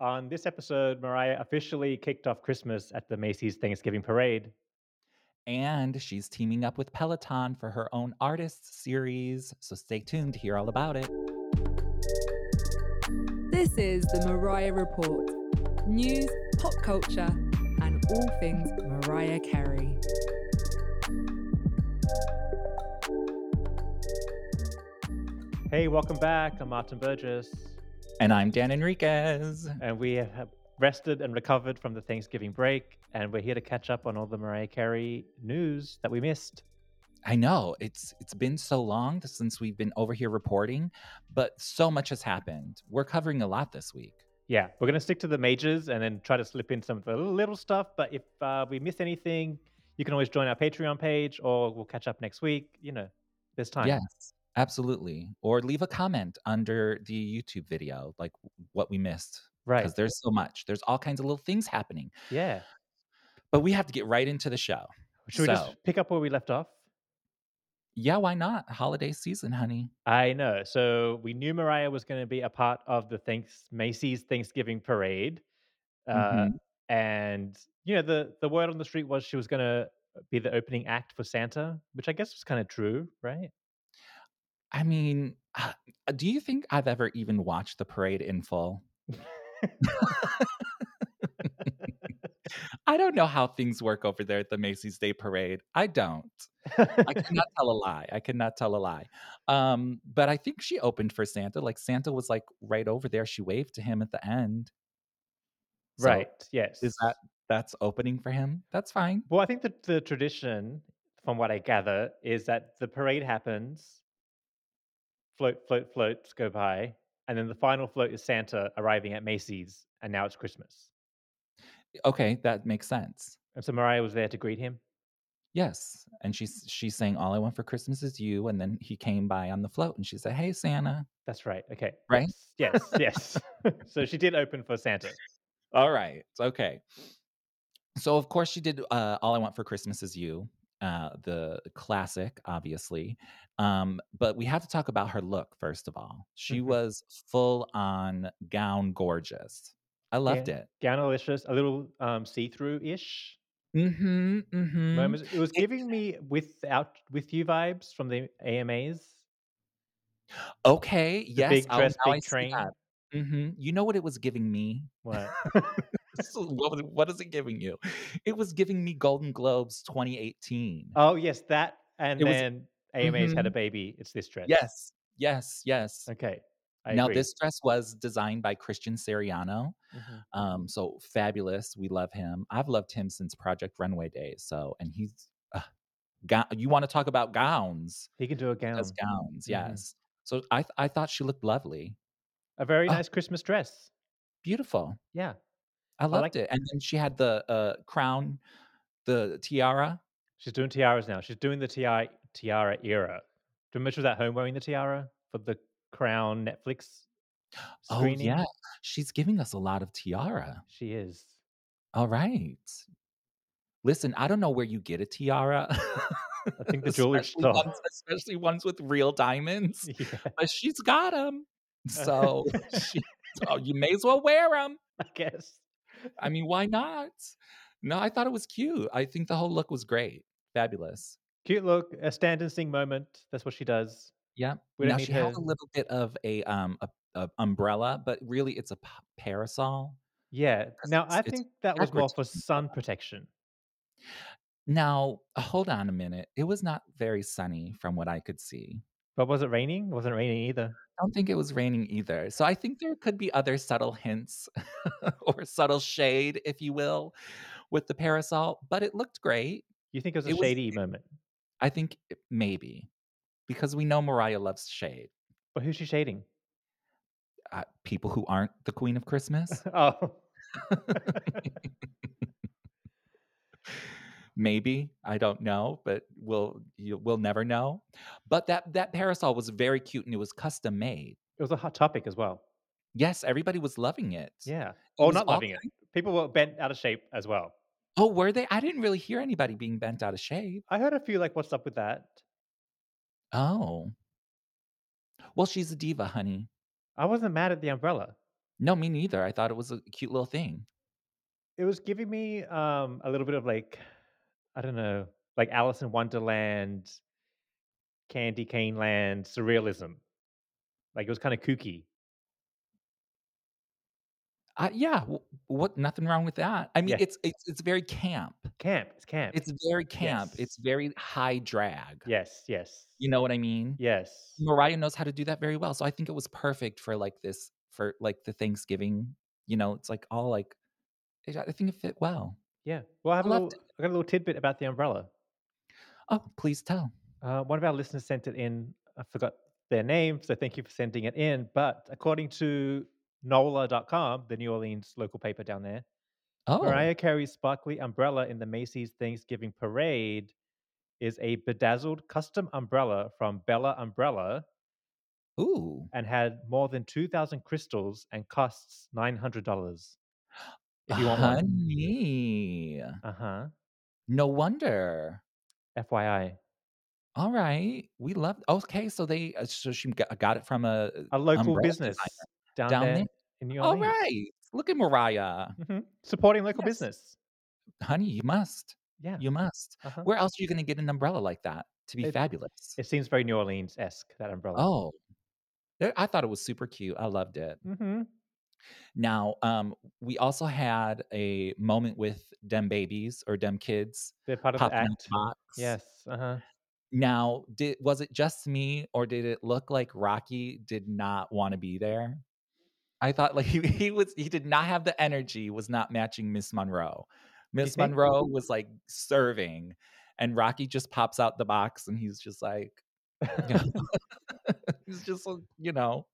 On this episode, Mariah officially kicked off Christmas at the Macy's Thanksgiving Parade. And she's teaming up with Peloton for her own artists series. So stay tuned to hear all about it. This is the Mariah Report news, pop culture, and all things Mariah Carey. Hey, welcome back. I'm Martin Burgess. And I'm Dan Enriquez. and we have rested and recovered from the Thanksgiving break, and we're here to catch up on all the Mariah Carey news that we missed. I know it's it's been so long since we've been over here reporting, but so much has happened. We're covering a lot this week. Yeah, we're gonna stick to the majors and then try to slip in some of the little stuff. But if uh, we miss anything, you can always join our Patreon page, or we'll catch up next week. You know, there's time. Yes, absolutely. Or leave a comment under the YouTube video, like what we missed, right. because there's so much. There's all kinds of little things happening. Yeah. But we have to get right into the show. Should we So- just pick up where we left off? Yeah, why not? Holiday season, honey. I know. So we knew Mariah was going to be a part of the thanks Macy's Thanksgiving Parade, uh, Mhm. and you know the the word on the street was she was going to be the opening act for Santa, which I guess was kind of true, right? I mean, uh, do you think I've ever even watched the parade in full? I don't know how things work over there at the Macy's Day Parade. I don't. I cannot tell a lie. I cannot tell a lie. Um, but I think she opened for Santa. Like Santa was like right over there. She waved to him at the end. So right. Yes. Is that that's opening for him? That's fine. Well, I think that the tradition, from what I gather, is that the parade happens, float, float, floats go by, and then the final float is Santa arriving at Macy's, and now it's Christmas. Okay, that makes sense. And so Mariah was there to greet him. Yes. And she's she's saying, All I want for Christmas is you. And then he came by on the float and she said, Hey Santa. That's right. Okay. Right? Yes. Yes. yes. so she did open for Santa. All right. Okay. So of course she did uh, All I Want for Christmas is You, uh, the classic, obviously. Um, but we have to talk about her look, first of all. She Mhm. was full on gown gorgeous. I loved it. Gownalicious, a little um, see-through ish. Mm-hmm. Mm-hmm. moments. It was giving me without with you vibes from the AMAs. Okay. yes. big dress, big train. Mm-hmm. You know what it was giving me? What? So what, was- what is it giving you? It was giving me Golden Globes 2018. oh yes, that. And It was- Mm-hmm. then AMAs had a baby. It's this dress. yes, yes, yes. Okay. I now agree. this dress was designed by Christian Seriano. Mhm. Um, so fabulous. We love him. I've loved him since Project Runway days. So and he's uh, go- you want to talk about gowns he can do a gown. as gowns, Mhm. yes. So I th- I thought she looked lovely, A very Ah. nice Christmas dress. beautiful. Yeah. I loved like- it. And then she had the uh, crown, the tiara. She's doing tiaras now. She's doing the tiara tiara era. Do you remember she was at home wearing the tiara for the Crown Netflix screening? Oh yeah, she's giving us a lot of tiara. She is. All right. Listen, I don't know where you get a tiara. I think the jewelry Especially store. ones- especially ones with real diamonds, Yeah. but she's got them. So she, oh, you may as well wear them. I guess. I mean, why not? No, I thought it was cute. I think the whole look was great. Fabulous. Cute look, a stand and sing moment. That's what she does. Yeah. We don't now need she has to- a little bit of a um a, a umbrella, but really it's a p- parasol. Yeah. Now it's- I it's think that was more backwards for sun protection. Now, hold on a minute. It was not very sunny from what I could see. But was it raining? Wasn't raining either. I don't think it was raining either. So I think there could be other subtle hints or subtle shade, if you will, with the parasol, but it looked great. You think it was a It was- shady moment. I think it- maybe because we know Mariah loves shade. But who's she shading? Uh, people who aren't the queen of Christmas, Oh. maybe I don't know, but we'll you, we'll never know. But that that parasol was very cute and it was custom made. It was a hot topic as well. Yes, everybody was loving it. Yeah. It Or was not all loving it. People were bent out of shape as well. Oh, were they? I didn't really hear anybody being bent out of shape. I heard a few like, what's up with that? Oh. Well, she's a diva, honey. I wasn't mad at the umbrella. No, me neither. I thought it was a cute little thing. It was giving me um a little bit of like I don't know, like Alice in Wonderland, Candy Cane Land, surrealism. Like it was kind of kooky. I, yeah, w- what? Nothing wrong with that. I mean, Yeah. it's it's it's very camp. Camp. It's camp. It's very camp. Yes. It's very high drag. yes, yes. You know what I mean? Yes. Mariah knows how to do that very well. So I think it was perfect for like this for like the Thanksgiving. You know, it's like all like it- I think it fit well. Yeah. Well, I have a loved little, I got a little tidbit about the umbrella. Oh, please tell. Uh, one of our listeners sent it in. I forgot their name, so thank you for sending it in. But according to NOLA.com, the New Orleans local paper down there, Oh, Mariah Carey's sparkly umbrella in the Macy's Thanksgiving Parade is a bedazzled custom umbrella from Bella Umbrella ooh, and had more than 2,000 crystals and costs $900. If you want Uh-huh. one. honey. Uh huh. No wonder. FYI. All right, we love. Okay, so they uh, so she got, got it from a A local Umbrella business down, down there, there. in New All Orleans. right, look at Mariah, Mhm. Supporting local Yes. business. honey. You must. Yeah. You must. uh-huh. Where else are you going to get an umbrella like that to be It- fabulous? It seems very New Orleans esque, that umbrella. Oh, There- I thought it was super cute. I loved it. Mm-hmm. Now, um, we also had a moment with them babies or them kids They're part of the popping out act. the box. Yes. Uh-huh. Now, did was it just me or did it look like Rocky did not want to be there? I thought like he, he was he did not have the energy, was not matching Miss Monroe. Miss think? Monroe was like serving, and Rocky just pops out the box and he's just like, you know, he's just like, you know,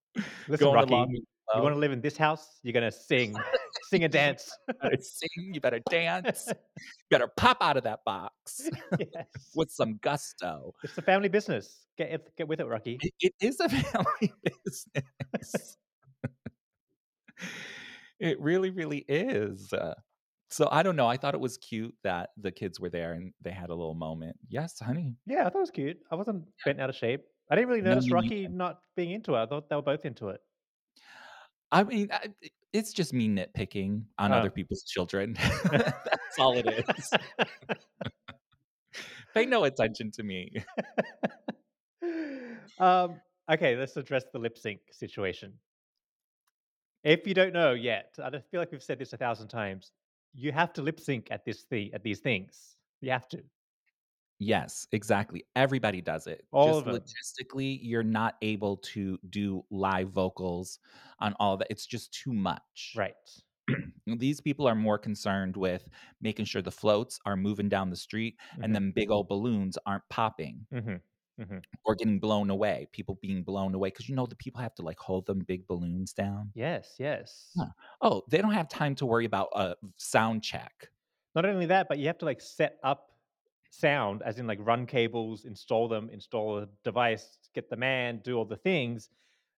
Listen, going Rocky, along with you flow. want to live in this house? You're gonna sing, sing and dance. better sing, you better dance, you better pop out of that box yes. with some gusto. It's a family business. Get it, get with it, Rocky. It- it is a family business. it really, really is. Uh, So I don't know. I thought it was cute that the kids were there and they had a little moment. Yes, honey. Yeah, I thought it was cute. I wasn't bent out of shape. I didn't really No, notice me Rocky not being into it. I thought they were both into it. I mean, I, it- it's just me nitpicking on Oh. other people's children. Uh. That's all it is. Pay no attention to me. um, okay, let's address the lip sync situation. If you don't know yet, I don't feel like we've said this a thousand times. You have to lip sync at this thi- at these things. You have to. Yes, exactly. Everybody does it. All of 'em. logistically, you're not able to do live vocals on all that. It's just too much. Right. These people are more concerned with making sure the floats are moving down the street Mhm. and then big old balloons aren't popping Mm-hmm. or getting blown away. People being blown away because you know the people have to like hold them big balloons down. Yes, yes. Huh. Oh, they don't have time to worry about a sound check. Not only that, but you have to like set up sound, as in like run cables, install them, install a device, get the man, do all the things.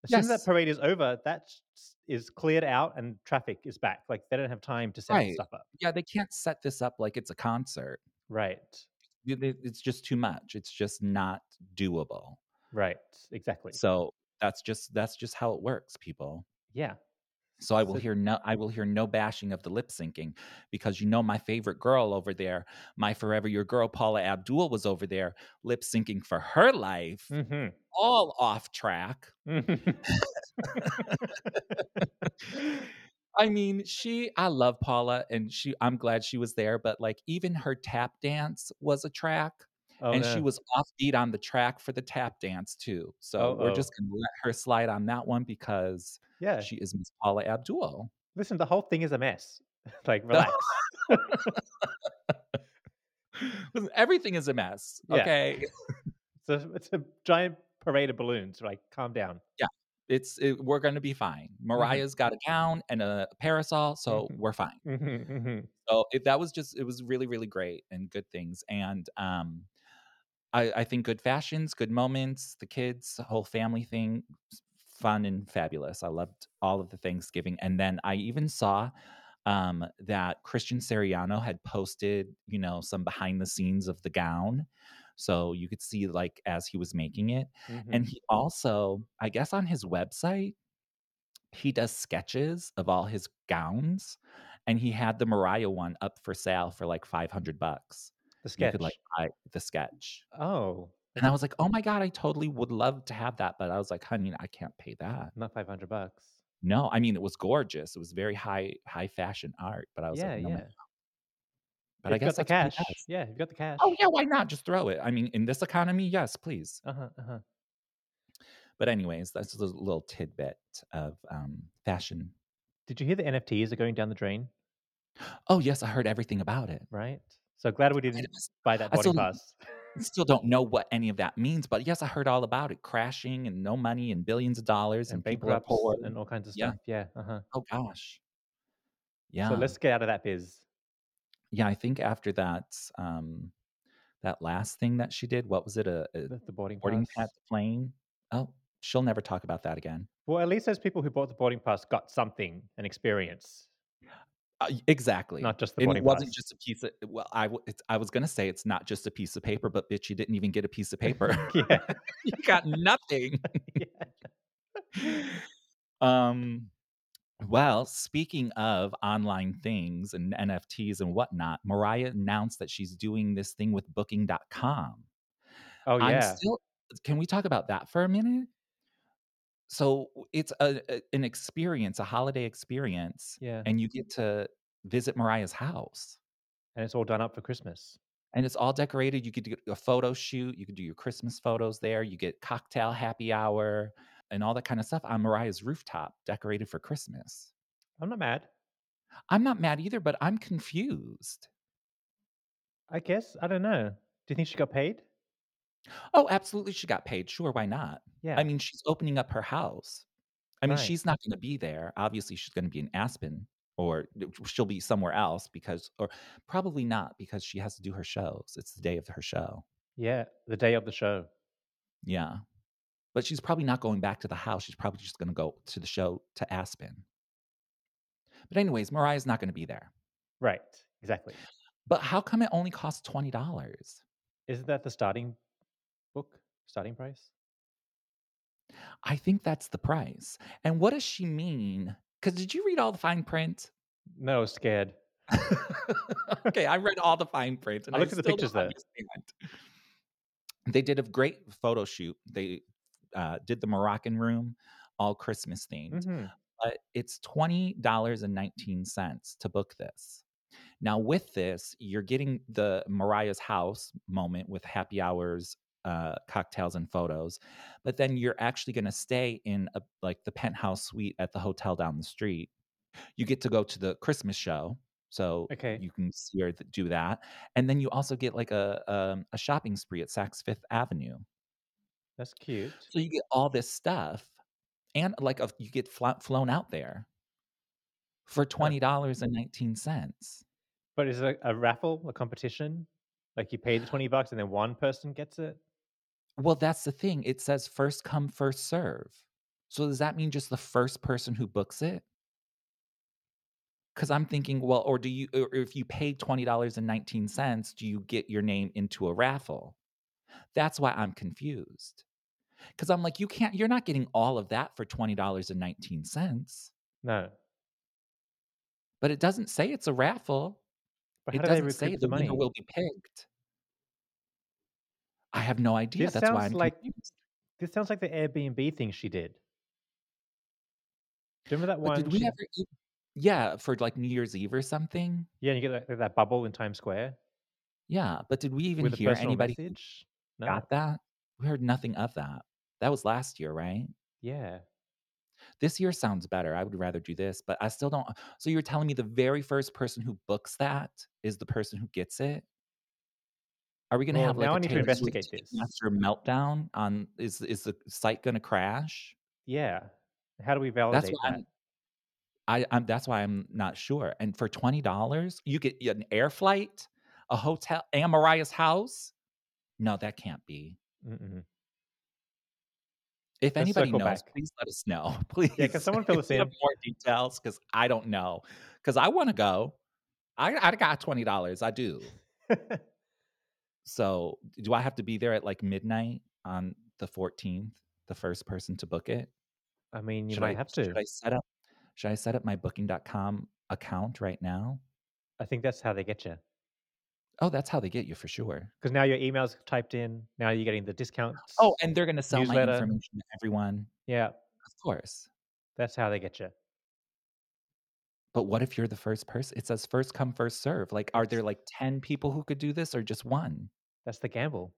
As soon as Yes. that parade is over, that s- is cleared out and traffic is back. Like they don't have time to set Right. stuff up. Yeah, they can't set this up like it's a concert. Right. It- it- It's just too much. It's just not doable. Right. Exactly. So that's just that's just how it works, people. yeah. So I will So- hear no I will hear no bashing of the lip syncing because you know my favorite girl over there, my forever your girl Paula Abdul was over there lip syncing for her life, hmm all off track. I mean, she I love Paula and she I'm glad she was there, but like even her tap dance was a track. oh, and no. she was offbeat on the track for the tap dance too. So we're Uh-oh. just gonna let her slide on that one because yeah. she is Miss Paula Abdul. Listen, the whole thing is a mess. like relax. Listen, Everything is a mess. Yeah. Okay. it's, a, it's a giant parade of balloons. Like calm down. It's it, we're gonna be fine. Mariah's got a gown and a parasol, so Mhm. we're fine. Mhm, mhm. So it, that was just it was really really great and good things and um. I, I think good fashions, good moments, the kids, the whole family thing, s- fun and fabulous. I loved all of the Thanksgiving. And then I even saw um, that Christian Seriano had posted, you know, some behind the scenes of the gown. So you could see like as he was making it. Mhm. And he also, I guess on his website, he does sketches of all his gowns, and he had the Mariah one up for sale for like five hundred bucks. The You sketch. could like buy the sketch, oh, and I was like, "Oh my god, I totally would love to have that," but I was like, "Honey, I can't pay that." not 500 bucks. No, I mean it was gorgeous. It was very high high fashion art, but I was Yeah, like, yeah. "No, ma- but I If you've guess got the cash. that's what he does. Yeah, you've got the cash. Oh yeah, why not? Just throw it. I mean, in this economy, yes, please. Uh-huh, uh-huh. But anyways, that's just a little tidbit of um, fashion. Did you hear the NFTs are going down the drain? Oh yes, I heard everything about it. Right. So glad we I didn't just buy that I boarding still- pass. still don't know what any of that means, but yes, I heard all about it crashing and no money and billions of dollars and, and people are bankrupts poor. and all kinds of Yeah. stuff. Yeah. Uh-huh. oh gosh, yeah, So let's get out of that biz. yeah. I think after that, um, that last thing that she did, what was it? A, a The, the boarding, boarding pass. pass plane? Oh, she'll never talk about that again. Well, at least those people who bought the boarding pass got something, an experience, Uh, y- exactly. not just the and boarding it wasn't pass. just a piece of well i w- it's, i was going to say it's not just a piece of paper but bitch you didn't even get a piece of paper yeah. you got nothing um well speaking of online things and nfts and whatnot mariah announced that she's doing this thing with booking.com Oh I'm yeah. still. Can we talk about that for a minute? So it's a, a- an experience, a holiday experience, Yeah. and you Mm-hmm. get to visit Mariah's house, And it's all done up for Christmas. and it's all decorated. You could do a photo shoot, you could do your Christmas photos there. You get cocktail happy hour and all that kind of stuff on Mariah's rooftop, decorated for Christmas. I'm not mad. I'm not mad either, but I'm confused. I guess. I don't know. Do you think she got paid? Oh, absolutely, she got paid. Sure, why not? Yeah. I mean, she's opening up her house. I mean, Right. she's not going to be there. Obviously, she's going to be in Aspen or d- she'll be somewhere else because, or probably not because she has to do her shows. It's the day of her show. yeah. The day of the show. Yeah. But she's probably not going back to the house. She's probably just going to go to the show to Aspen. But, anyways, Mariah's not going to be there. Right. Exactly. But how come it only costs $20? Isn't that the starting book? Starting price? I think that's the price. And what does she mean? Because did you read all the fine print? No, I was scared. okay, I read all the fine print. And I looked at the still pictures, don't though. understand. They did a great photo shoot. They uh, did the Moroccan room, all Christmas themed. Mhm. But uh, it's twenty dollars and nineteen cents to book this. Now, with this, you're getting the Mariah's house moment with happy hours, uh, cocktails, and photos. But then you're actually going to stay in a, like the penthouse suite at the hotel down the street. You get to go to the Christmas show, so Okay. you can see her th- do that, and then you also get like a um, a shopping spree at Saks Fifth Avenue. That's cute. So you get all this stuff, and like a, you get fla- flown out there for twenty dollars and nineteen cents. But is it a, a raffle, a competition? Like you pay the 20 bucks and then one person gets it? Well, that's the thing. It says first come, first serve. So does that mean just the first person who books it? Because I'm thinking, well, or do you, or if you pay twenty dollars and nineteen cents, do you get your name into a raffle? That's why I'm confused. Because I'm like, you can't, you're not getting all of that for twenty dollars and nineteen cents. No. But it doesn't say it's a raffle. But It how do they doesn't say recoup the the money? winner will be picked. I have no idea. This That's why sounds I'm like- confused. This sounds like the Airbnb thing she did. Do you remember that But one? did we she- ever? eat- Yeah, for like New Year's Eve or something. yeah, you get like, like that bubble in Times Square Yeah, but did we even with a hear personal anybody who message. No. got that? We heard nothing of that. That was last year, right? Yeah. This year sounds better. I would rather do this, but I still don't. uh, So you're telling me the very first person who books that is the person who gets it? Are we going to Well, have like now a I need to Taylor Swift investigate this. Ticketmaster meltdown? On is is the site going to crash? Yeah. How do we validate that's why that? I'm, I, I'm. That's why I'm not sure. And for twenty dollars, you get an air flight, a hotel, and Mariah's house. No, that can't be. Mm-mm. If Let's anybody circle knows, back. please let us know. Please, someone fill if us you have in? more details because I don't know. Because I want to go. I I got twenty dollars. I do. So do I have to be there at like midnight on the fourteenth? The first person to book it. I mean, you should might I have to. Should I set up? Should I set up my Booking.com account right now? I think that's how they get you. Oh, that's how they get you for sure. Because now your email's typed in. Now you're getting the discounts. Oh, and they're going to sell Newsletter. my information to everyone, yeah, of course. that's how they get you. But what if you're the first person? It says first come, first serve. Like, are there like ten people who could do this, or just one? That's the gamble.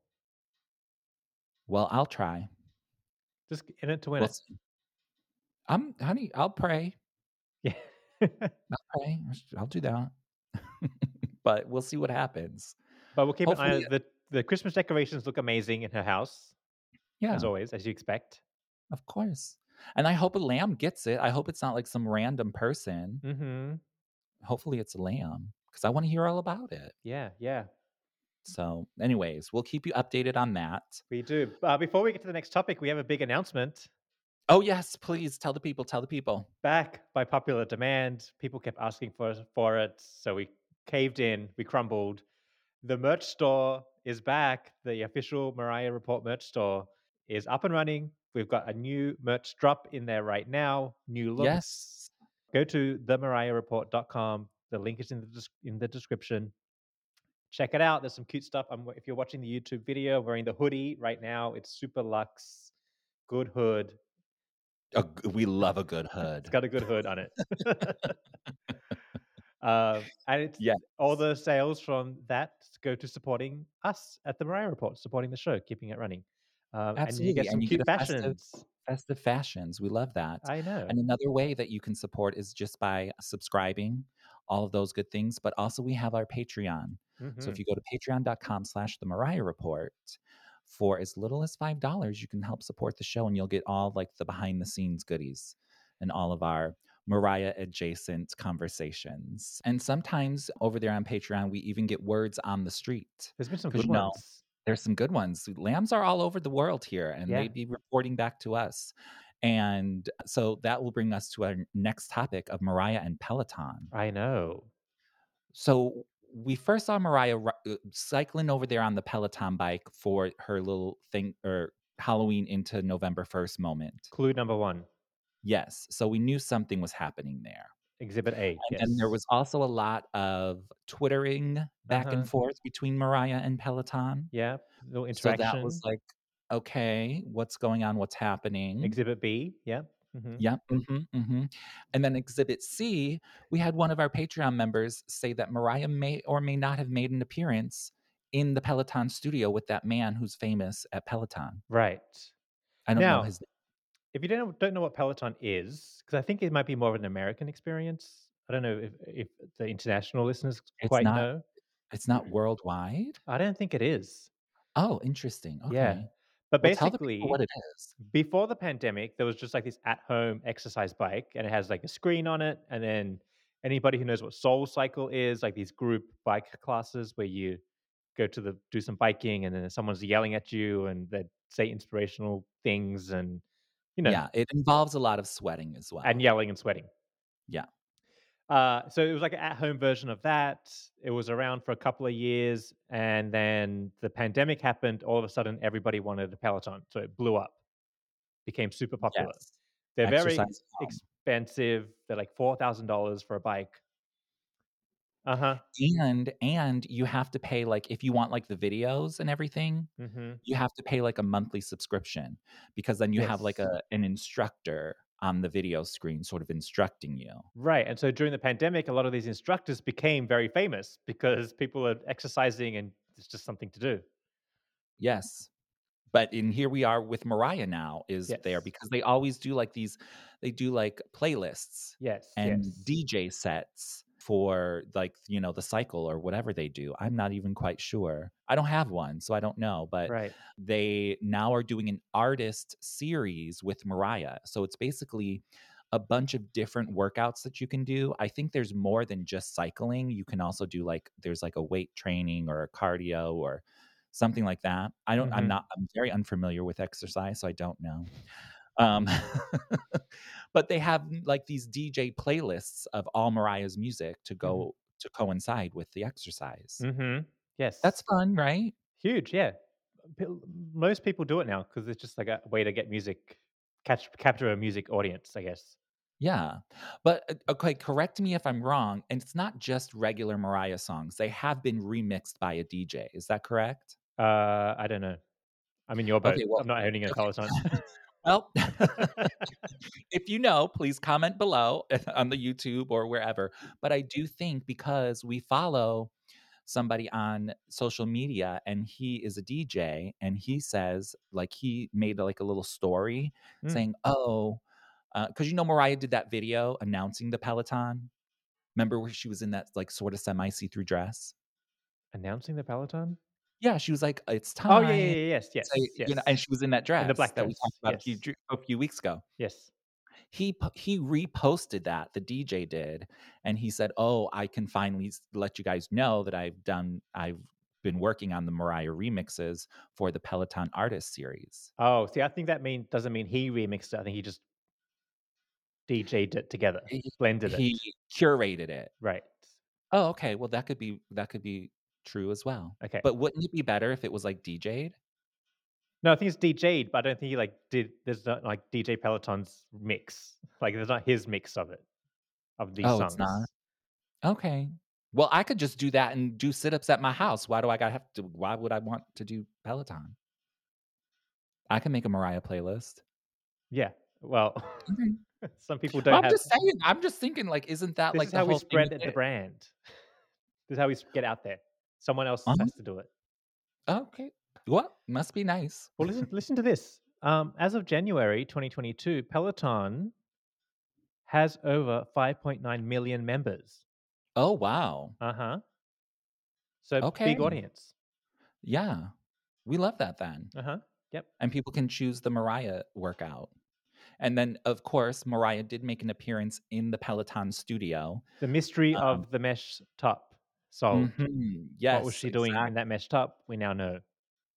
Well, I'll try. Just in it to win We'll see. I'm, honey. I'll pray. it. Yeah. I'll pray. I'll do that. but we'll see what happens. but we'll keep an eye on Hopefully- the the Christmas decorations look amazing in her house Yeah. as always, as you expect. Of course. And I hope a lamb gets it. I hope it's not like some random person. Mm-hmm. Hopefully it's a lamb because I want to hear all about it. Yeah, yeah, Mm. So, anyways, we'll keep you updated on that. we do. Uh, before we get to the next topic, we have a big announcement. Oh, yes, please tell the people, tell the people. Back by popular demand, people kept asking for for it, so we caved in. We crumbled. The merch store is back. The official Mariah Report merch store is up and running. We've got a new merch drop in there right now. New look. Yes. go to themariahreport.com. The link is in the des- in the description. Check it out. There's some cute stuff. I'm, if you're watching the YouTube video, I'm wearing the hoodie right now. It's super luxe, good hood. A g- we love a good hood. It's got a good hood on it. um, and it's Yes. all the sales from that go to supporting us at the Mariah Report, supporting the show, keeping it running. Um, and you Absolutely, get and some you get cute a festive- fashions. Festive fashions. We love that. I know. And another way that you can support is just by subscribing, all of those good things. But also, we have our Patreon. So Mhm. if you go to patreon.com slash the Mariah Report, for as little as five dollars, you can help support the show and you'll get all like the behind the scenes goodies and all of our Mariah adjacent conversations. And sometimes over there on Patreon, we even get words on the street. There's been some 'cause good you know, ones. There's some good ones. Lambs are all over the world here and Yeah. they'd be reporting back to us. And so that will bring us to our next topic of Mariah and Peloton. I know. So we first saw Mariah ri- uh, cycling over there on the Peloton bike for her little thing or Halloween into November 1st moment. Clue number one, Yes. So we knew something was happening there. Exhibit A. And then there yes. was also a lot of twittering back Uh-huh. and forth between Mariah and Peloton. Yeah, little So interaction. that was like, hmm? okay, what's going on? What's happening? Exhibit B. Yeah. mhm. Yeah. hmm hmm And then Exhibit C, we had one of our Patreon members say that Mariah may or may not have made an appearance in the Peloton studio with that man who's famous at Peloton. Right. I don't Now- know his. If you don't know, don't know what Peloton is, because I think it might be more of an American experience. I don't know if, if the international listeners It's quite not- know. It's not worldwide. I don't think it is. Oh, interesting. Okay. Yeah. But Well, tell the people basically, what it is. before the pandemic, there was just like this at home exercise bike and it has like a screen on it. And then anybody who knows what Soul Cycle is, like these group bike classes where you go to the do some biking and then someone's yelling at you and they say inspirational things and you know Yeah, it involves a lot of sweating as well. and yelling and sweating. Yeah. Uh, so it was like an at-home version of that. It was around for a couple of years, and then the pandemic happened. All of a sudden, everybody wanted a Peloton, so it blew up, became super popular. Yes. They're very Exercise at home. expensive. They're like four thousand dollars for a bike. Uh huh. and and you have to pay like if you want like the videos and everything hmm you have to pay like a monthly subscription because then you have like Yes. a an instructor on the video screen sort of instructing you. Right. And so during the pandemic, a lot of these instructors became very famous because people are exercising and it's just something to do. Yes. But in here we are with Mariah now is there Yes. because they always do like these they do like playlists Yes. and yes. DJ sets for like you know the cycle or whatever they do. I'm not even quite sure. I don't have one so I don't know, but Right. they now are doing an artist series with Mariah. So it's basically a bunch of different workouts that you can do. I think there's more than just cycling. You can also do like there's like a weight training or a cardio or something like that. I don't Mhm. I'm not I'm very unfamiliar with exercise, so I don't know. Um but they have mm, like these DJ playlists of all Mariah's music to go to coincide with the exercise. Mm-hmm. Yes. That's fun, right? huge. Yeah. Pe- Most people do it now because it's just like a way to get music catch, capture a music audience, I guess. Yeah. But uh, okay, correct me if I'm wrong. And it's not just regular Mariah songs, they have been remixed by a DJ. Is that correct? Uh, I don't know. I'm in your boat. Okay, well- I'm not owning a okay. Peloton. Well, if you know, please comment below on the YouTube or wherever. But I do think because we follow somebody on social media and he is a DJ and he says, like, he made like a little story Mm. saying, oh, because you know, Mariah did that video announcing the Peloton. Remember where she was in that like sort of semi see through dress? Announcing the Peloton? Yeah, she was like, it's time. Oh, yeah, yeah, yeah, yes, yes, say, yes. You know, and she was in that dress the black that we dress, talked about a, few, yes. dr- a few weeks ago. yes. he po- he reposted that the DJ did, and he said, "Oh, I can finally s- let you guys know that I've done I've been working on the Mariah remixes for the Peloton Artist series." Oh, see, I think that mean doesn't mean he remixed it. I think he just DJ'd it together, He- blended it. He curated it. Right. Oh, okay. Well, that could be that could be true as well. Okay. But wouldn't it be better if it was like DJ'd? No, I think it's DJ'd, but I don't think he like did. There's not like DJ Peloton's mix. Like there's not his mix of it, of these Oh, songs. it's not? Okay. Well, I could just do that and do sit-ups at my house. Why do I got have to? Why would I want to do Peloton? I can make a Mariah playlist. Yeah. Well, Okay. some people Well, don't I'm have. just saying. I'm just thinking. Like, isn't that this like is the how we whole spread thing? it, the with brand. This is how we s- get out there. Someone else Uh-huh. has to do it. it? Eh, Okay. What must be nice? Well, listen, listen to this. Um, as of January 2022, Peloton has over 5.9 million members. Oh wow. Uh huh. So Okay. big audience. Yeah, we love that then. Uh huh. And people can choose the Mariah workout. And then, of course, Mariah did make an appearance in the Peloton studio. The mystery Um, of the mesh top solved. Mhm, Yes. Oh. what was she doing exact- in that mesh top? We now know.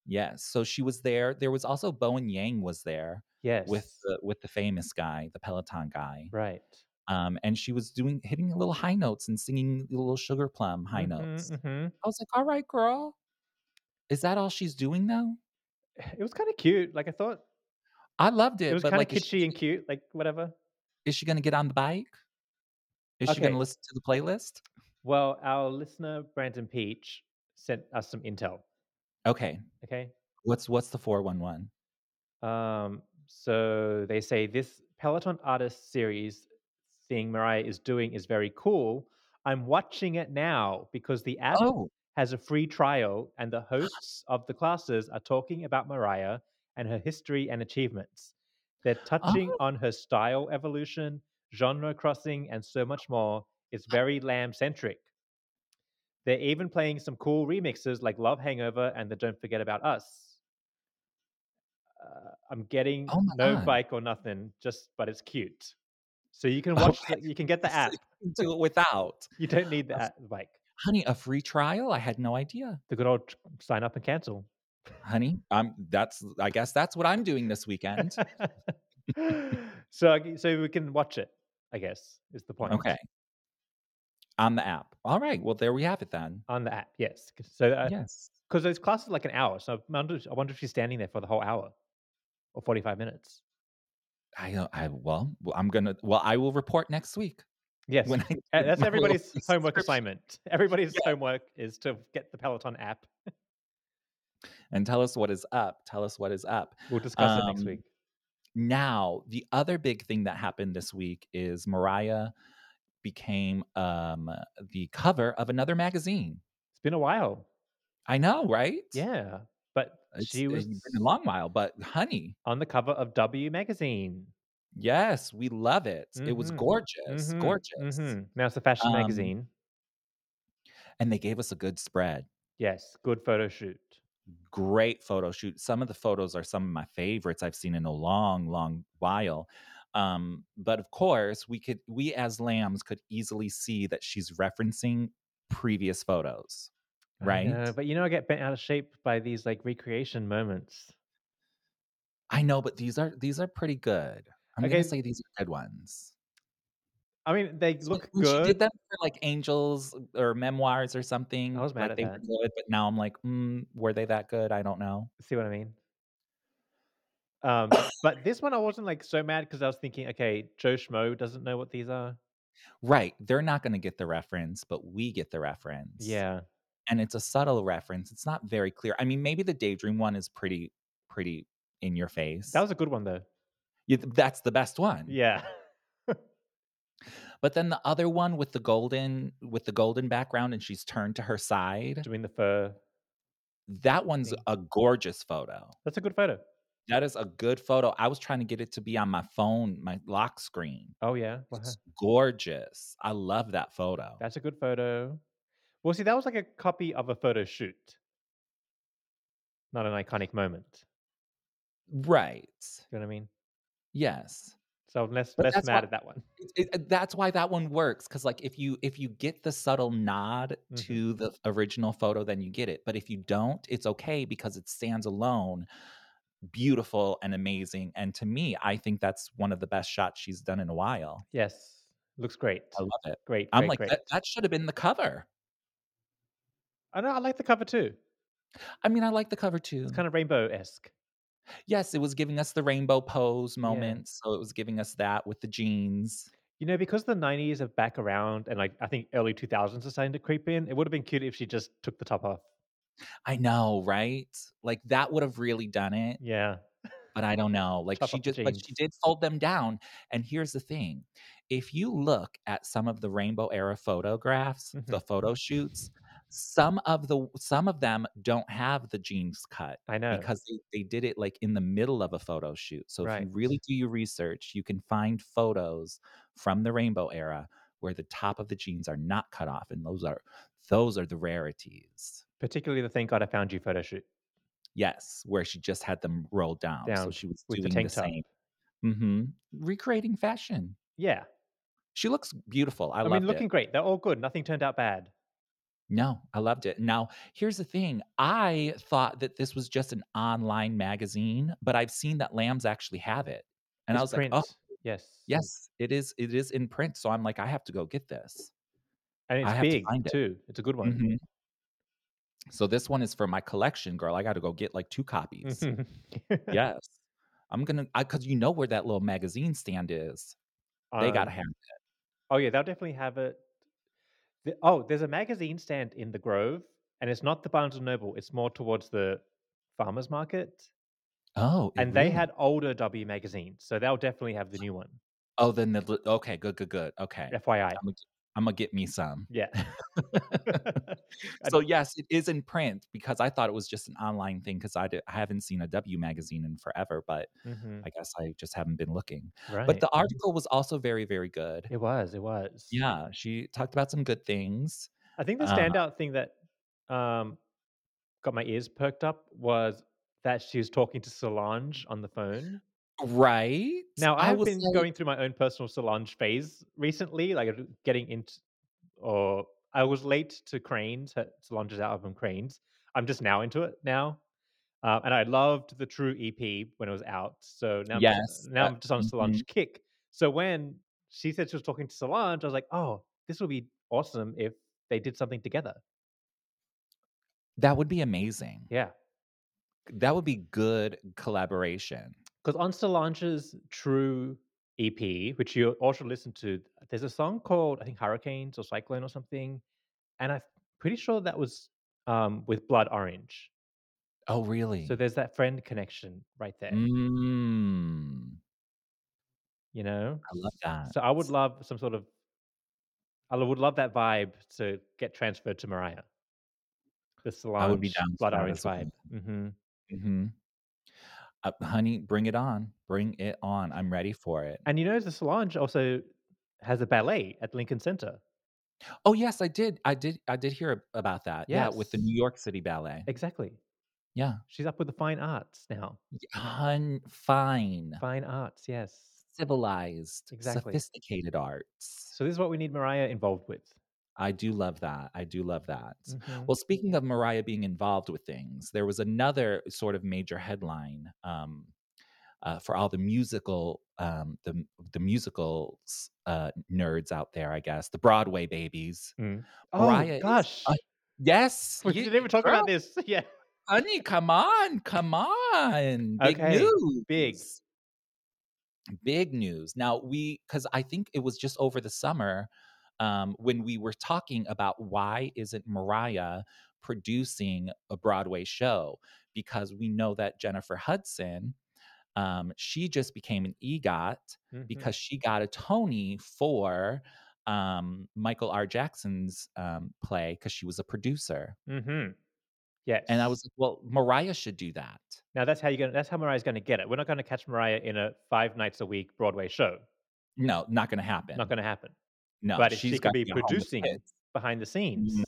Yes. So she was there. There was also Bowen Yang was there Yes. with the, with the famous guy, the Peloton guy. right. Um, and she was doing hitting little high notes and singing little sugar plum high notes. hmm I was like, all right, girl. Is that all she's doing though? It was kind of cute. Like I thought I loved it. it was but kind of like, is kitschy she, and cute. Like whatever. is she gonna get on the bike? Is she Okay. gonna listen to the playlist? Well, our listener Brandon Peach sent us some intel. Okay. Okay. What's what's the four one one? Um, so they say this Peloton artist series thing Mariah is doing is very cool. I'm watching it now because the app Oh, has a free trial and the hosts of the classes are talking about Mariah and her history and achievements. They're Oh. touching on her style evolution, genre crossing, and so much more. It's very lamb centric. They're even playing some cool remixes like Love Hangover and the Don't Forget About Us. Uh, I'm getting Oh my no God. bike or nothing, just but it's cute. So you can Oh, watch, the, you can get the so app. you can do it without. You don't need the That's- app, the bike. Honey, a free trial? I had no idea. The good old tr- sign up and cancel. Honey, I'm that's I guess that's what I'm doing this weekend. so I g- so we can watch it, I guess, is the point. okay. On the app. All right. Well, there we have it then. On the app, yes. 'Cause- So because yes. those classes are like an hour, so I wonder, I wonder if she's standing there for the whole hour or forty five minutes. I don't I well, well, I'm gonna well, I will report next week. Yes, When I Uh, get that's my little everybody's homework subscription. assignment. Everybody's Yeah. homework is to get the Peloton app. and tell us what is up. Tell us what is up. We'll discuss it next Um, week. Now, the other big thing that happened this week is Mariah became um, the cover of another magazine. It's been a while, I know, right? yeah, but It's, she was it's been a long while, but honey, on the cover of W magazine. yes, we love it. It was Mhm, gorgeous, Mhm, gorgeous. mhm. Now it's a fashion Um, magazine. And they gave us a good spread. Yes, good photo shoot. great photo shoot. Some of the photos are some of my favorites I've seen in a long, long while. Um, but of course, we could we as lambs could easily see that she's referencing previous photos. I Right? know, Uh, but you know, I get bent out of shape by these like recreation moments. I know, but these are these are pretty good. I'm Okay. gonna say these are good ones. I mean, they So look when She good. did them for like angels or memoirs or something. was mad like at they that. were good, but now I'm like, mm, were they that good? I don't know. See what I mean? Um, but this one I wasn't like so mad because I was thinking, okay, Joe Schmo doesn't know what these are. Right. They're not going to get the reference, but we get the reference. Yeah. And it's a subtle reference. It's not very clear. I mean, maybe the daydream one is pretty, pretty in your face. That was a good one though. Yeah, th- That's the best one. Yeah. But then the other one with the golden, with the golden background and she's turned to her side. Doing the fur. That one's Thank a gorgeous photo. That's a good photo. That is a good photo. I was trying to get it to be on my phone, my lock screen. Oh yeah. Wow. It's gorgeous. I love that photo. That's a good photo. Well, see, that was like a copy of a photo shoot. Not an iconic moment. right. You know what I mean? Yes. So I'm less But less that's mad why- at that one. It- it- uh, that's why that one works because like if you if you get the subtle nod Mhm. to the original photo then you get it but if you don't it's okay because it stands alone beautiful and amazing and to me i think that's one of the best shots she's done in a while Yes. Looks great. i love it Great. i'm great, like great. that, that should have been the cover I know I like the cover too. i mean i like the cover too It's kind of rainbow esque. yes it was giving us the rainbow pose moment so it was giving us that with the jeans You know, because the nineties are back around and like I think early two thousands are starting to creep in, it would have been cute if she just took the top off. i know right like that would have really done it Yeah. but I don't know. Like Chop she up the just, but she jeans. did fold them down. And here's the thing: if you look at some of the Rainbow Era photographs, Mhm. the photo shoots, some of the some of them don't have the jeans cut I know. because they, they did it like in the middle of a photo shoot. So if Right. you really do your research, you can find photos from the Rainbow Era where the top of the jeans are not cut off, and those are those are the rarities. Particularly the Thank God I Found You photo shoot Yes, where she just had them rolled down, so Down she was with doing the tank top. same Mm-hmm. hmm recreating fashion. Yeah. She looks beautiful. I, I, loved mean looking it. great. They're all good. Nothing turned out bad. No, I loved it. Now, here's the thing. I thought that this was just an online magazine, but I've seen that Lambs actually have it. And I was It's like, oh, print. yes. yes, it is. It is in print. So I'm like, I have to go get this. And I it's have to big find it. too. It's a good one. Mhm. So this one is for my collection, girl. I got to go get like two copies. Mm-hmm. yes. I'm going to, because you know where that little magazine stand is. they got to Um, have Oh yeah, they'll definitely have it. The- oh, there's a magazine stand in the Grove, and it's not the Barnes and Noble. It's more towards the farmers market, Oh, it and really- they had older W magazines, so they'll definitely have the new one. Oh, then the, li- okay, good, good, good. Okay. FYI, I'm gonna, I'm gonna get me some. yeah, so yes, it is in print because I thought it was just an online thing because I, d- I haven't seen a W magazine in forever, but Mhm, I guess I just haven't been looking. right. But the article was also very very good. it was, it was. Yeah, she talked about some good things. I think the Uh, standout thing that um, got my ears perked up was that she was talking to Solange on the phone. Right Now I I've will been say- going through my own personal Solange phase recently, like uh, getting into, or I was late to Cranes, her, Solange's album Cranes. I'm just now into it now, uh, and I loved the True EP when it was out. So now, I'm just- Yes, now Mm-hmm. that- I'm just on Solange kick. So when she said she was talking to Solange, I was like, oh, this would be awesome if they did something together. that would be amazing. Yeah, That would be good collaboration. because on Solange's True EP, which you all should listen to, there's a song called I think Hurricanes or Cyclone or something, and I'm pretty sure that was um, with Blood Orange. Oh really? So there's that friend connection right there, Mm, you know. I love that. So I would love some sort of, I would love that vibe to get transferred to Mariah. The Solange I would be down for Blood that Orange as well. vibe. hmm Mm-hmm. Uh, honey, bring it on. Bring it on. I'm ready for it. And you know, the Solange also has a ballet at Lincoln Center. Oh yes, I did. I did. I did hear ab- about that. Yeah, with the Yes. New York City Ballet. Exactly. Yeah, She's up with the fine arts now. Y- hun, fine, Fine arts, yes. civilized, Exactly. sophisticated arts. So this is what we need Mariah involved with. I do love that. I do love that. Mm-hmm. Well, speaking of Mariah being involved with things, there was another sort of major headline um, uh, for all the musical, um, the m- the musical s- uh, nerds out there, I guess, the Broadway babies. Mm. Mariah oh is gosh, a- Yes, we you- didn't even talk girl, about this. Yeah, honey, come on, come on. Big Okay, news. big. Big news. Now, we, because I think it was just over the summer um, when we were talking about why isn't Mariah producing a Broadway show? Because we know that Jennifer Hudson, um, she just became an EGOT Mhm. because she got a Tony for um, Michael R. Jackson's um, play because she was a producer. Mhm. Yes. And I was like, well, Mariah should do that. now that's how you're gonna that's how Mariah's gonna get it. We're not gonna catch Mariah in a five nights a week Broadway show. No, not going to happen. Not gonna happen. no, but if she she's could gotta be at home with producing kids. behind the scenes.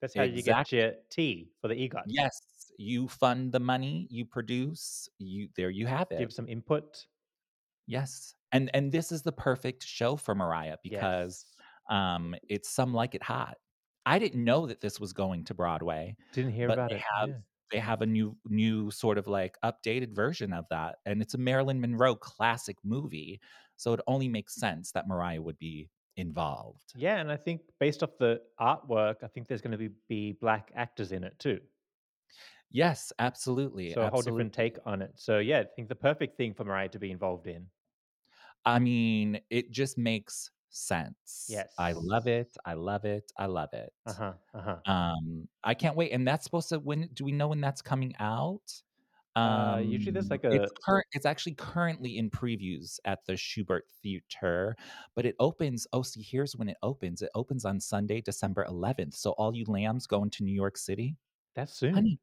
That's how you get Mm-hmm. Exactly. your T for the EGOT. Yes, you fund the money, you produce, you there you have it. Give some input. Yes. And and this is the perfect show for Mariah because Yes. um it's some like it hot. I didn't know that this was going to Broadway. Didn't hear but about they it. have yeah. they have a new new sort of like updated version of that and it's a marilyn monroe classic movie so it only makes sense that mariah would be involved Yeah, and I think based off the artwork, I think there's going to be, be black actors in it too. yes so absolutely a whole absolutely. different take on it. So yeah, I think the perfect thing for Mariah to be involved in. i mean it just makes sense i Yes. love it i love it i love it Uh huh. Uh huh. um i can't wait and that's supposed to when do we know when that's coming out Um, Uh, usually there's like it's a- current. It's actually currently in previews at the Schubert Theater, but it opens. Oh, see, here's when it opens. It opens on Sunday, December 11th. So all you lambs going to New York City, That's soon. honey,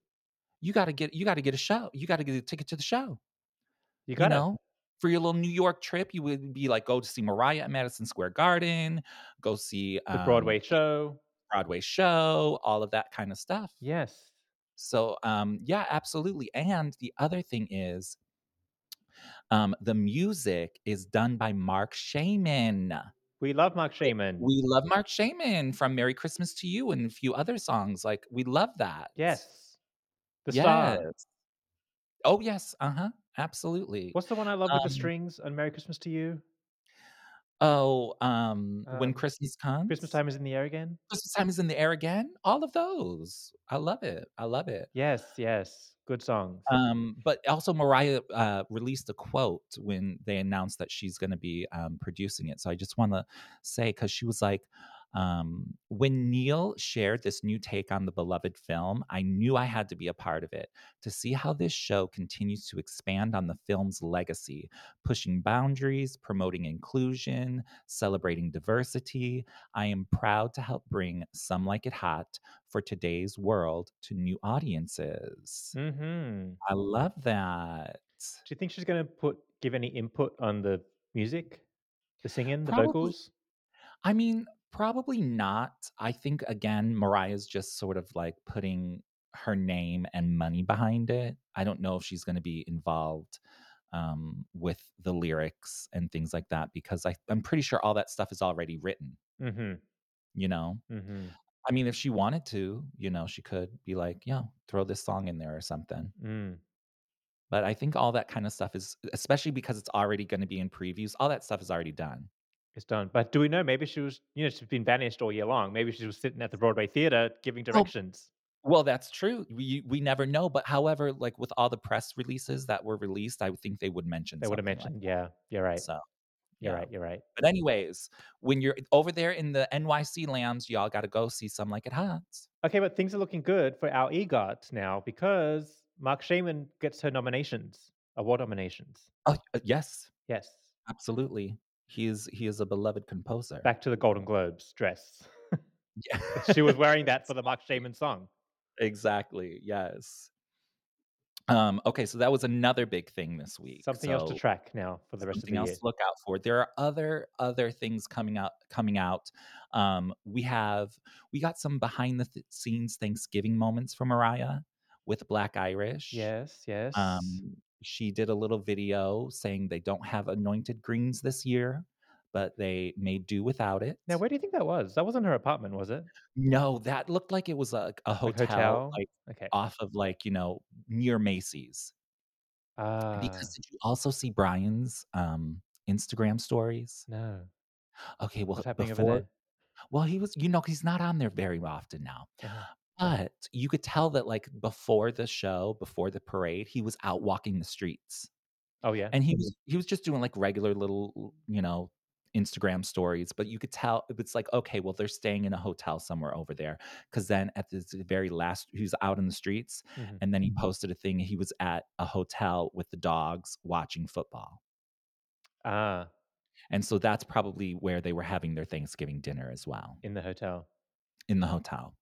you gotta get you gotta get a show. You gotta get a ticket to the show. you You, got know, for your little New York trip, you would be like go to see Mariah at Madison Square Garden, go see the um, Broadway show. Broadway show, all of that kind of stuff. Yes. So um yeah, absolutely. And the other thing is um the music is done by Mark Shaman. We love Mark Shaman. We love Mark Shaman from Merry Christmas to You and a few other songs. Like we love that. yes. The star. Yes. Oh yes, uh-huh. Absolutely. What's the one I love with Um, the strings on Merry Christmas to You? Oh, um when Um, Christmas comes. Christmas time is in the air again? Christmas time is in the air again. All of those. I love it. I love it. Yes, yes. Good songs. Um, but also Mariah uh, released a quote when they announced that she's going to be um, producing it. So I just want to say because she was like, um, when Neil shared this new take on the beloved film, I knew I had to be a part of it. To see how this show continues to expand on the film's legacy, pushing boundaries, promoting inclusion, celebrating diversity, I am proud to help bring Some Like It Hot for today's world to new audiences. mm-hmm. I love that. Do you think she's going to put give any input on the music, the singing, the Probably. vocals? I mean, probably not. I think again, Mariah's just sort of like putting her name and money behind it. I don't know if she's going to be involved um, with the lyrics and things like that because I, I'm pretty sure all that stuff is already written. Mm-hmm. You know, Mm-hmm. I mean, if she wanted to, you know, she could be like, yeah, throw this song in there or something. Mm. But I think all that kind of stuff is, especially because it's already going to be in previews, all that stuff is already done. It's done. But do we know? Maybe she was, you know, she's been banished all year long. Maybe she was sitting at the Broadway theater giving Oh, directions. Well, that's true. We we never know. But however, like with all the press releases that were released, I would think they would mention. they would have something like mentioned, yeah, you're right. that. So You're yeah. right. You're right. But anyways, when you're over there in the NYC lambs, y'all got to go see some like it hot. Okay, but things are looking good for our E EGOT now because Mark Shaman gets her nominations, award nominations. Oh uh, yes, Yes. absolutely. He is he is a beloved composer. Back to the Golden Globes dress. Yeah. she was wearing that for the Mark Shaman song. exactly. Yes. Um, okay, so that was another big thing this week. Something else to So- track now for the rest of something the else year. to look out for. There are other other things coming out coming out. Um, we have we got some behind the th- scenes Thanksgiving moments for Mariah with Black Irish. Yes, yes. Um, she did a little video saying they don't have anointed greens this year, but they may do without it. now, where do you think that was? That wasn't her apartment, was it? no, that looked like it was a, a hotel, hotel? like Okay. off of like you know near Macy's. Ah, because did you also see Brian's um, Instagram stories? no. Okay, well What's happening before over Well, he was, you know, he's not on there very often now. there? Uh-huh. But you could tell that like before the show, before the parade, he was out walking the streets. Oh yeah. And he was he was just doing like regular little, you know, Instagram stories, but you could tell it was like, okay, well, they're staying in a hotel somewhere over there. Cause then at this very last, he was out in the streets Mhm. and then he posted a thing. He was at a hotel with the dogs watching football. Ah, And so that's probably where they were having their Thanksgiving dinner as well in the hotel. in the hotel.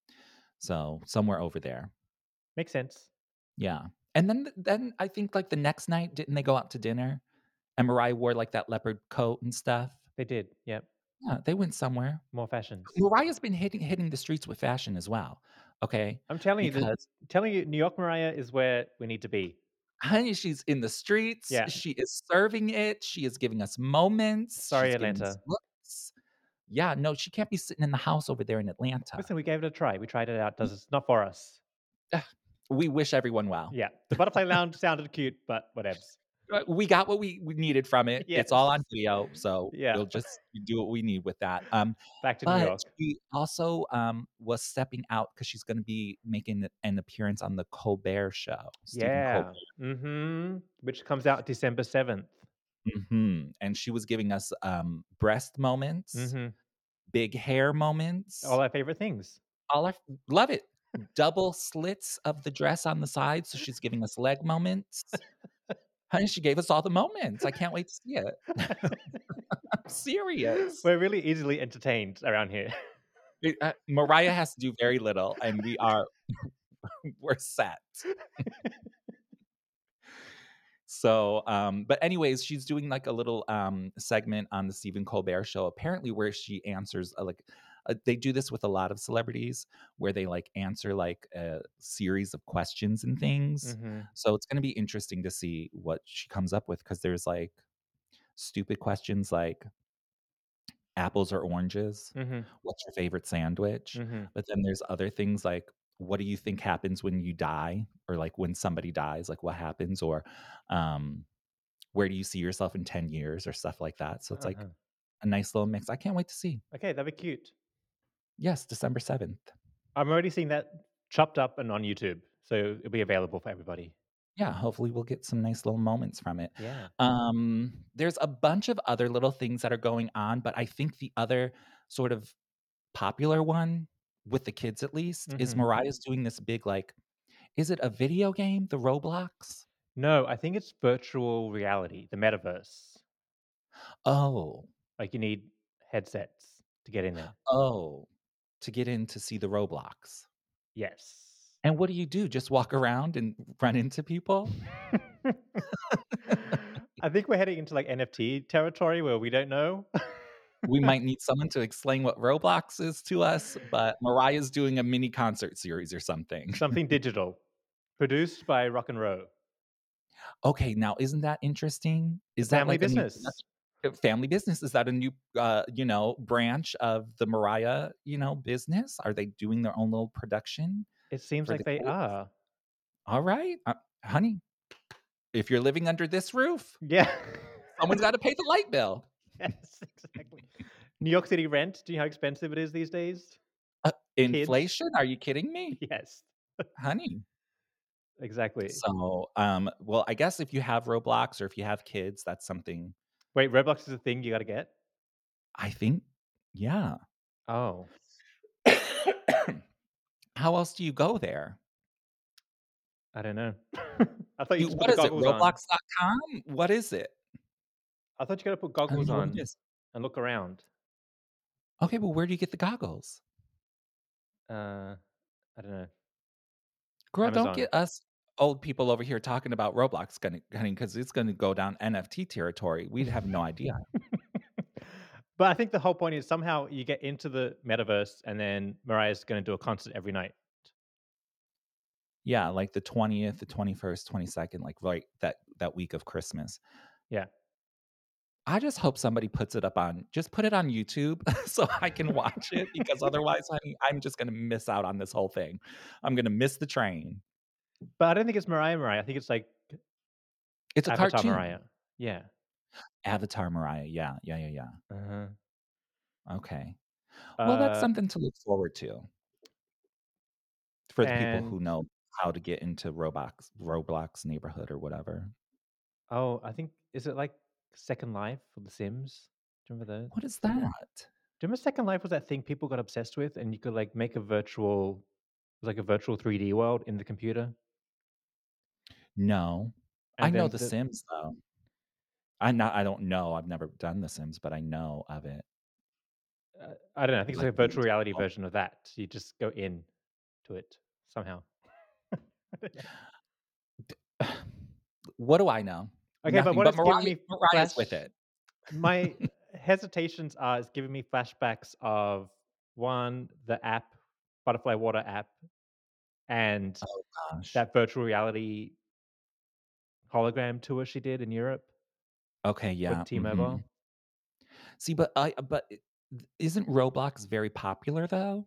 So somewhere over there. Makes sense. Yeah. And then then I think like the next night, didn't they go out to dinner? And Mariah wore like that leopard coat and stuff. They did. Yep. Yeah, they went somewhere. More fashions. Mariah's been hitting hitting the streets with fashion as well. Okay. I'm telling you, the- Because telling you, New York Mariah is where we need to be. honey, she's in the streets. Yeah. She is serving it. She is giving us moments. Sorry, she's giving us Atlanta. looks. Yeah, no, she can't be sitting in the house over there in Atlanta. Listen, we gave it a try. We tried it Mm. out. Does it's not for us. We wish everyone well. Yeah. The butterfly lounge sounded cute, but whatevs. But We got what we, we needed from it. It's all on video. So Yeah. we'll just do what we need with that. Um, Back to New but York. she also um, was stepping out because she's going to be making an appearance on the Colbert show. Stephen yeah. Colbert. Mm-hmm. Which comes out December 7th. Mhm. And she was giving us um, breast moments, hmm big hair moments. All our favorite things. all I f- love it. Double slits of the dress on the side, so she's giving us leg moments. Honey, she gave us all the moments. I can't wait to see it. I'm serious. We're really easily entertained around here. It- uh, Mariah has to do very little, and we are we're set. so, um, but anyways, she's doing like a little um segment on the Stephen Colbert show, apparently where she answers uh, like uh, they do this with a lot of celebrities where they like answer like a series of questions and things. hmm So it's going to be interesting to see what she comes up with because there's like stupid questions like apples or oranges hmm what's your favorite sandwich? hmm But then there's other things like what do you think happens when you die or like when somebody dies, like what happens or um where do you see yourself in 10 years or stuff like that. So it's like Uh-huh. a nice little mix. I can't wait to see. Okay, that'd be cute. Yes, December 7th. I'm already seeing that chopped up and on YouTube. So it'll be available for everybody. Yeah, hopefully we'll get some nice little moments from it. Yeah. Um there's a bunch of other little things that are going on, but I think the other sort of popular one with the kids at least is Mhm. Mariah's doing this big like is it a video game, the Roblox? No, I think it's virtual reality, the metaverse. Oh, Like you need headsets to get in there. oh, to get in to see the Roblox. Yes. And what do you do? Just walk around and run into people? I think we're heading into like NFT territory where we don't know. we might need someone to explain what Roblox is to us, but Mariah's doing a mini concert series or something. Something digital produced by Rock and Row. Okay, now isn't that interesting? Is that Family like a new- business. uh, family business? Is that a new, uh, you know, branch of the Mariah, you know, business? Are they doing their own little production? It seems for like the they kids. are. All right, uh, honey, if you're living under this roof, Yeah. someone's got to pay the light bill. yes, exactly. New York City rent. Do you know how expensive it is these days? Kids. Inflation? Are you kidding me, Yes, honey? exactly. So, um, well, I guess if you have Roblox or if you have kids, that's something Wait, Roblox is a thing you got to get? I think. Yeah. Oh. How else do you go there? I don't know. I thought you You, just what put the is it? goggles on. Roblox.com? What is it? I thought you got to put I don't goggles know what it on is. and look around. Okay, but where do you get the goggles? Uh, I don't know. Girl, Amazon. don't get us old people over here talking about Roblox, gonna- honey, because it's going to go down NFT territory. We'd have no idea. But I think the whole point is somehow you get into the metaverse, and then Mariah's going to do a concert every night. yeah like the 20th the 21st 22nd like right that that week of christmas Yeah. i just hope somebody puts it up on just put it on youtube so i can watch it because otherwise honey i'm just gonna miss out on this whole thing i'm gonna miss the train But I don't think it's Mariah Mariah. I think it's like it's a Avatar cartoon Mariah. Yeah. avatar mariah yeah yeah yeah yeah Uh-huh. uh, okay well that's something to look forward to for the people who And- know how to get into Roblox, Roblox neighborhood or whatever. Oh, I think is it like Second Life or The Sims? Do you remember those? What is that? Do you remember Second Life was that thing people got obsessed with, and you could like make a virtual, it was like a virtual 3D world in the computer. No, I And know then the, Sims though. I not. I don't know. I've never done the Sims, but I know of it. uh, I don't know. I think it's like like a the virtual reality top. version of that. You just go in to it somehow. What do I know? Okay, but Nothing. what it's giving Mariah, me Mariah's with flash- it. My hesitations are it's giving me flashbacks of one the app, Butterfly Water app, and Oh, Gosh. that virtual reality hologram tour she did in Europe okay, yeah. with T-Mobile. mhm. See, but I uh, but it- th- isn't Roblox very popular though?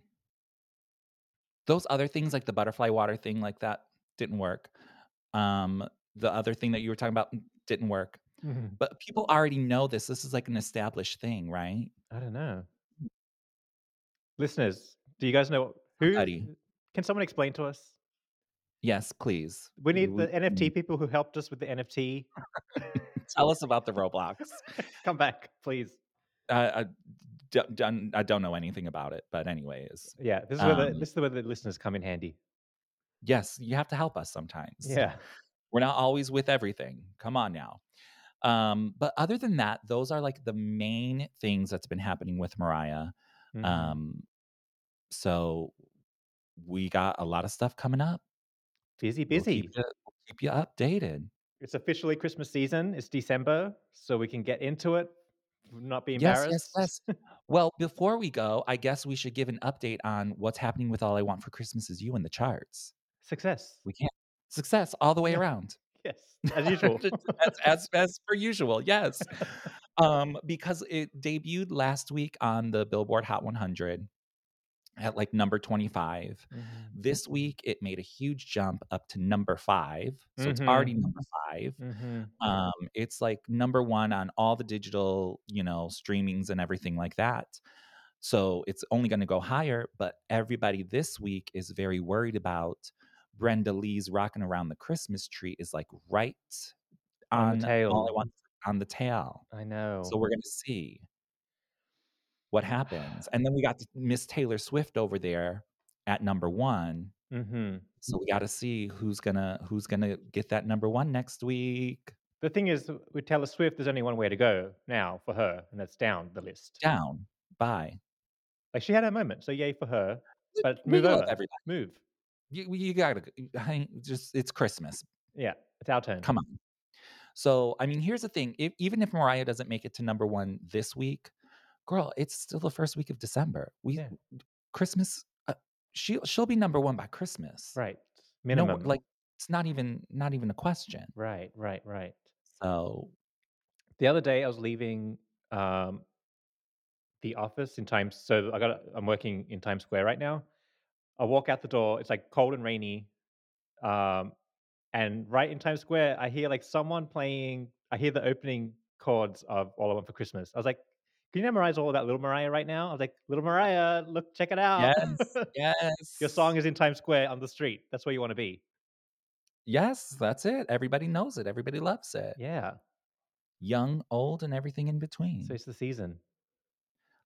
Those other things like the butterfly water thing like that didn't work. Um the other thing that you were talking about n- didn't work. Mhm. But people already know this. This is like an established thing, right? I don't know. Listeners, do you guys know who? Buddy. Can someone explain to us? Yes, please. We need the We- NFT people who helped us with the NFT. Tell us about the Roblox. Come back, please. Uh, I, d- done- I don't know anything about it, but anyways, Yeah, this is where the Um, this is where the listeners come in handy. yes, you have to help us sometimes. Yeah, We're not always with everything. Come on now. Um, but other than that, those are like the main things that's been happening with Mariah. Mhm. Um, so we got a lot of stuff coming up. busy, We'll busy. keep, you, we'll keep you updated. It's officially Christmas season. It's December, so we can get into it, not be Yes, embarrassed. yes, yes. well, before we go, I guess we should give an update on what's happening with All I Want for Christmas Is You in the charts. Success. We can't. Success all the way Yeah. around. Yes, as usual. as, as as per usual, yes. Um, because it debuted last week on the Billboard Hot 100 at like number 25. Mhm, This week, it made a huge jump up to number five, so it's Mhm. already number five. mhm. Um, it's like number one on all the digital, you know, streamings and everything like that. So it's only going to go higher. But everybody this week is very worried about Brenda Lee's "Rocking Around the Christmas Tree" is like right On the tail. Oh. All I want on the tail. I know. So we're going to see what happens. And then we got Miss Taylor Swift over there at number one. hmm So we got to see who's gonna who's gonna get that number one next week. The thing is, with Taylor Swift, there's only one way to go now for her, and that's down the list. Down. Bye. Like she had her moment, so yay for her. But we move love over. everybody. Move. You, you gotta g- hang, just it's Christmas. Yeah, it's our turn. Come on. So I mean, here's the thing: if, even if Mariah doesn't make it to number one this week, girl, it's still the first week of December. We Yeah. Christmas. Uh, she she'll be number one by Christmas. Right. No, Minimum. like it's not even not even a question. right, right, right. So the other day I was leaving um, the office in Times. So I got I'm working in Times Square right now. I walk out the door. It's like cold and rainy, um, and right in Times Square, I hear like someone playing. I hear the opening chords of "All I Want for Christmas." I was like, "Can you memorize all about Little Mariah right now?" I was like, "Little Mariah, look, check it out. yes, yes, Ah. Your song is in Times Square on the street. That's where you want to be." Yes, that's it. Everybody knows it. Everybody loves it. Yeah. Young, old, and everything in between. So it's the season.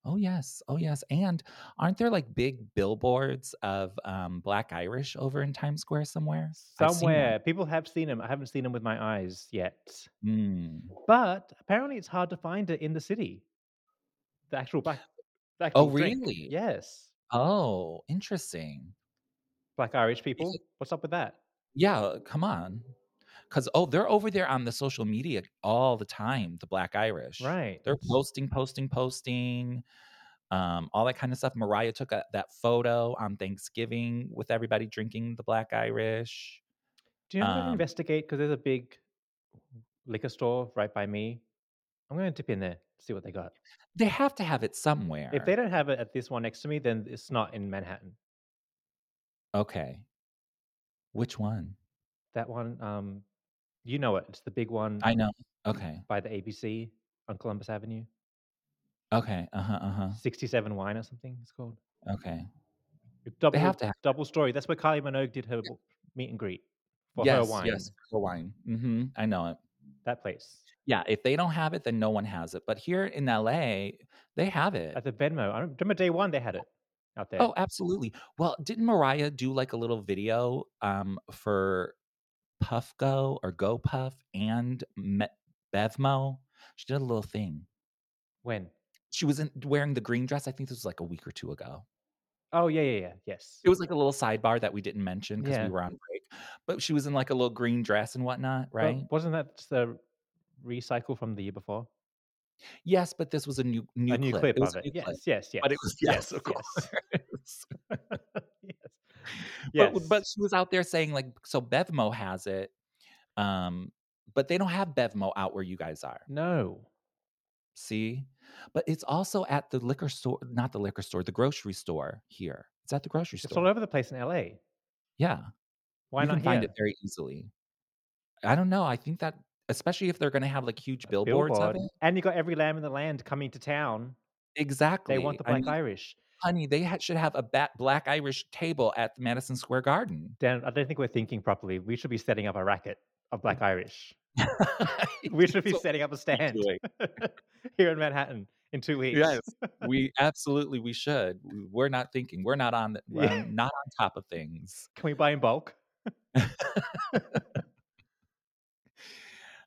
Oh yes, oh yes, and aren't there like big billboards of um, Black Irish over in Times Square somewhere? I've seen Somewhere them. people have seen him. I haven't seen him with my eyes yet. Mm. But apparently, it's hard to find it in the city. The actual black. The actual Oh drink. really? Yes. Oh, interesting. Black Irish people. What's up with that? Yeah, come on, because oh, they're over there on the social media all the time. The Black Irish, Right. They're posting, posting, posting, um, all that kind of stuff. Mariah took a, that photo on Thanksgiving with everybody drinking the Black Irish. Do you know to um, investigate? Because there's a big liquor store right by me. I'm going to dip in there, see what they got. They have to have it somewhere. If they don't have it at this one next to me, then it's not in Manhattan. Okay. Which one? That one, um, you know it. It's the big one I know. Okay. by the ABC on Columbus Avenue. Okay. Uh huh. Uh 67 Wine or something it's called. huh. Okay. Double, have to have double story. That's where Kylie Minogue did her meet and greet for yes, her wine. yes, her wine. hmm I know it. That place Yeah, if they don't have it, then no one has it. But here in LA, they have it. at the Venmo. I remember day one they had it out there. Oh, absolutely. Well, didn't Mariah do like a little video um for Puff Go or Go Puff and Me- Bevmo? She did a little thing. when? She was in, wearing the green dress. I think this was like a week or two ago. Oh yeah, yeah, yeah. Yes. It was like a little sidebar that we didn't mention because Yeah. we were on break. But she was in like a little green dress and whatnot, Well, right? wasn't that just the recycle from the year before? yes, but this was a new new a new clip, clip. was of a it. new Yes, clip, yes, yes. But it was yes, of course. yes. yes. But- Yes. But, she was out there saying like, so Bevmo has it, um, but they don't have Bevmo out where you guys are. no. See, but it's also at the liquor store, not the liquor store, the grocery store here. It's at the grocery It's all store. over the place in LA. Yeah, Why you not can find here? it very easily. I don't know. I think that especially if they're going to have like huge billboards Billboard. of it. And you got every lamb in the land coming to town. Exactly. They want the I black mean, Irish. honey. They ha- should have a ba- black Irish table at the Madison Square Garden. Dan, I don't think we're thinking properly. We should be setting up a racket of black Irish. We should be So- setting up a be stand doing. here in Manhattan in two weeks. Yes, we absolutely we should. W- We're not thinking. We're not on. The, we're Yeah. on- not on top of things. Can we buy in bulk?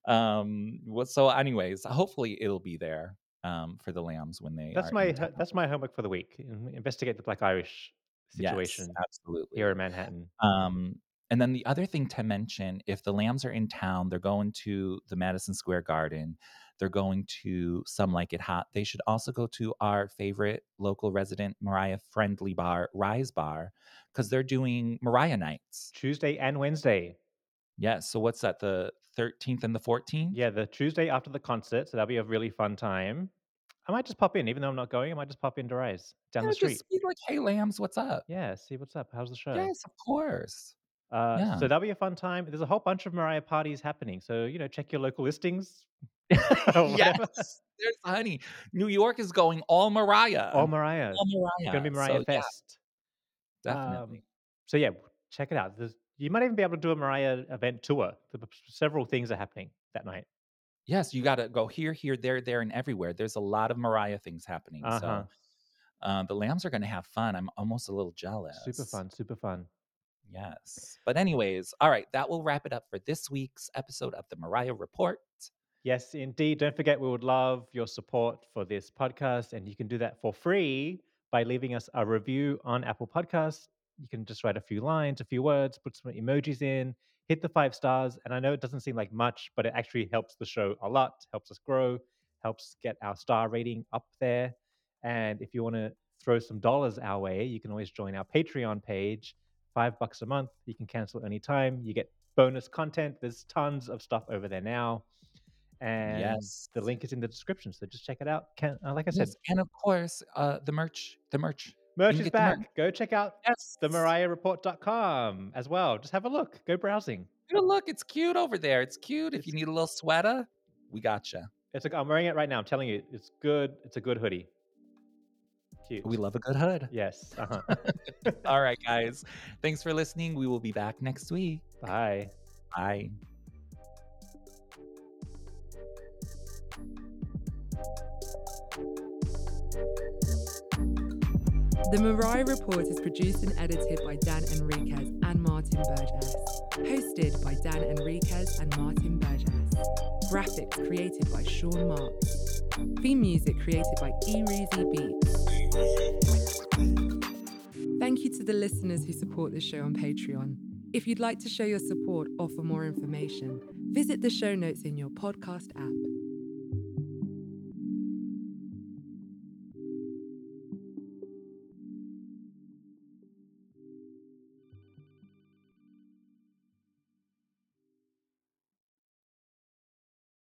Um. Well, so, anyways, hopefully it'll be there. Um, for the lambs when they. That's are my in ho- town. that's my homework for the week. in- Investigate the black Irish Yes, situation absolutely. here in Manhattan. Um. And then the other thing to mention, if the lambs are in town, they're going to the Madison Square Garden. They're going to Some Like It Hot. They should also go to our favorite local resident Mariah friendly bar, Rise Bar, because they're doing Mariah nights. Tuesday and Wednesday. Yes. So what's that? The 13th and the 14th? Yeah, the Tuesday after the concert, so that'll be a really fun time. I might just pop in, even though I'm not going. I might just pop in to Rise down Yeah, the street. Just be like, hey, lambs, what's up? Yeah, see what's up. How's the show? Yes, of course. Uh, yeah. So that'll be a fun time. There's a whole bunch of Mariah parties happening. So you know, check your local listings. yes. whatever. There's honey. New York is going all Mariah. All Mariah. All Mariah. It's gonna be Mariah Oh so, yeah, Fest. definitely. Um, so yeah, check it out. There's, you might even be able to do a Mariah event tour. The, p- several things are happening that night. yes, you got to go here, here, there, there, and everywhere. There's a lot of Mariah things happening. Uh-huh. So uh, the lambs are going to have fun. I'm almost a little jealous. Super fun, super fun. Yes. But, anyways, all right, that will wrap it up for this week's episode of the Mariah Report. Yes, indeed. Don't forget, we would love your support for this podcast, and you can do that for free by leaving us a review on Apple Podcasts. You can just write a few lines, a few words, put some emojis in, hit the five stars. And I know it doesn't seem like much, but it actually helps the show a lot, helps us grow, helps get our star rating up there. And if you want to throw some dollars our way, you can always join our Patreon page. Five bucks a month. You can cancel anytime. You get bonus content. There's tons of stuff over there now. And yes. the link is in the description, so just check it out. Can, uh, like I said, Yes, and of course, uh, the merch, the merch. merch can is get the merch. back. Go check out Yes, the themariahreport.com as well. Just have a look. Go browsing. Look, it's cute over there. It's cute. If you It's- need a little sweater, we gotcha. It's like I'm wearing it right now. I'm telling you, it's good. It's a good hoodie. Cute. We love a good hood. Yes. Uh-huh. All right, guys. Thanks for listening. We will be back next week. Bye. Bye. The Mariah Report is produced and edited by Dan Enriquez and Martin Burgess. Hosted by Dan Enriquez and Martin Burgess. Graphics created by Sean Marks. Theme music created by E. Reezy Beats. Thank you to the listeners who support the show on Patreon. If you'd like to show your support or for more information, visit the show notes in your podcast app.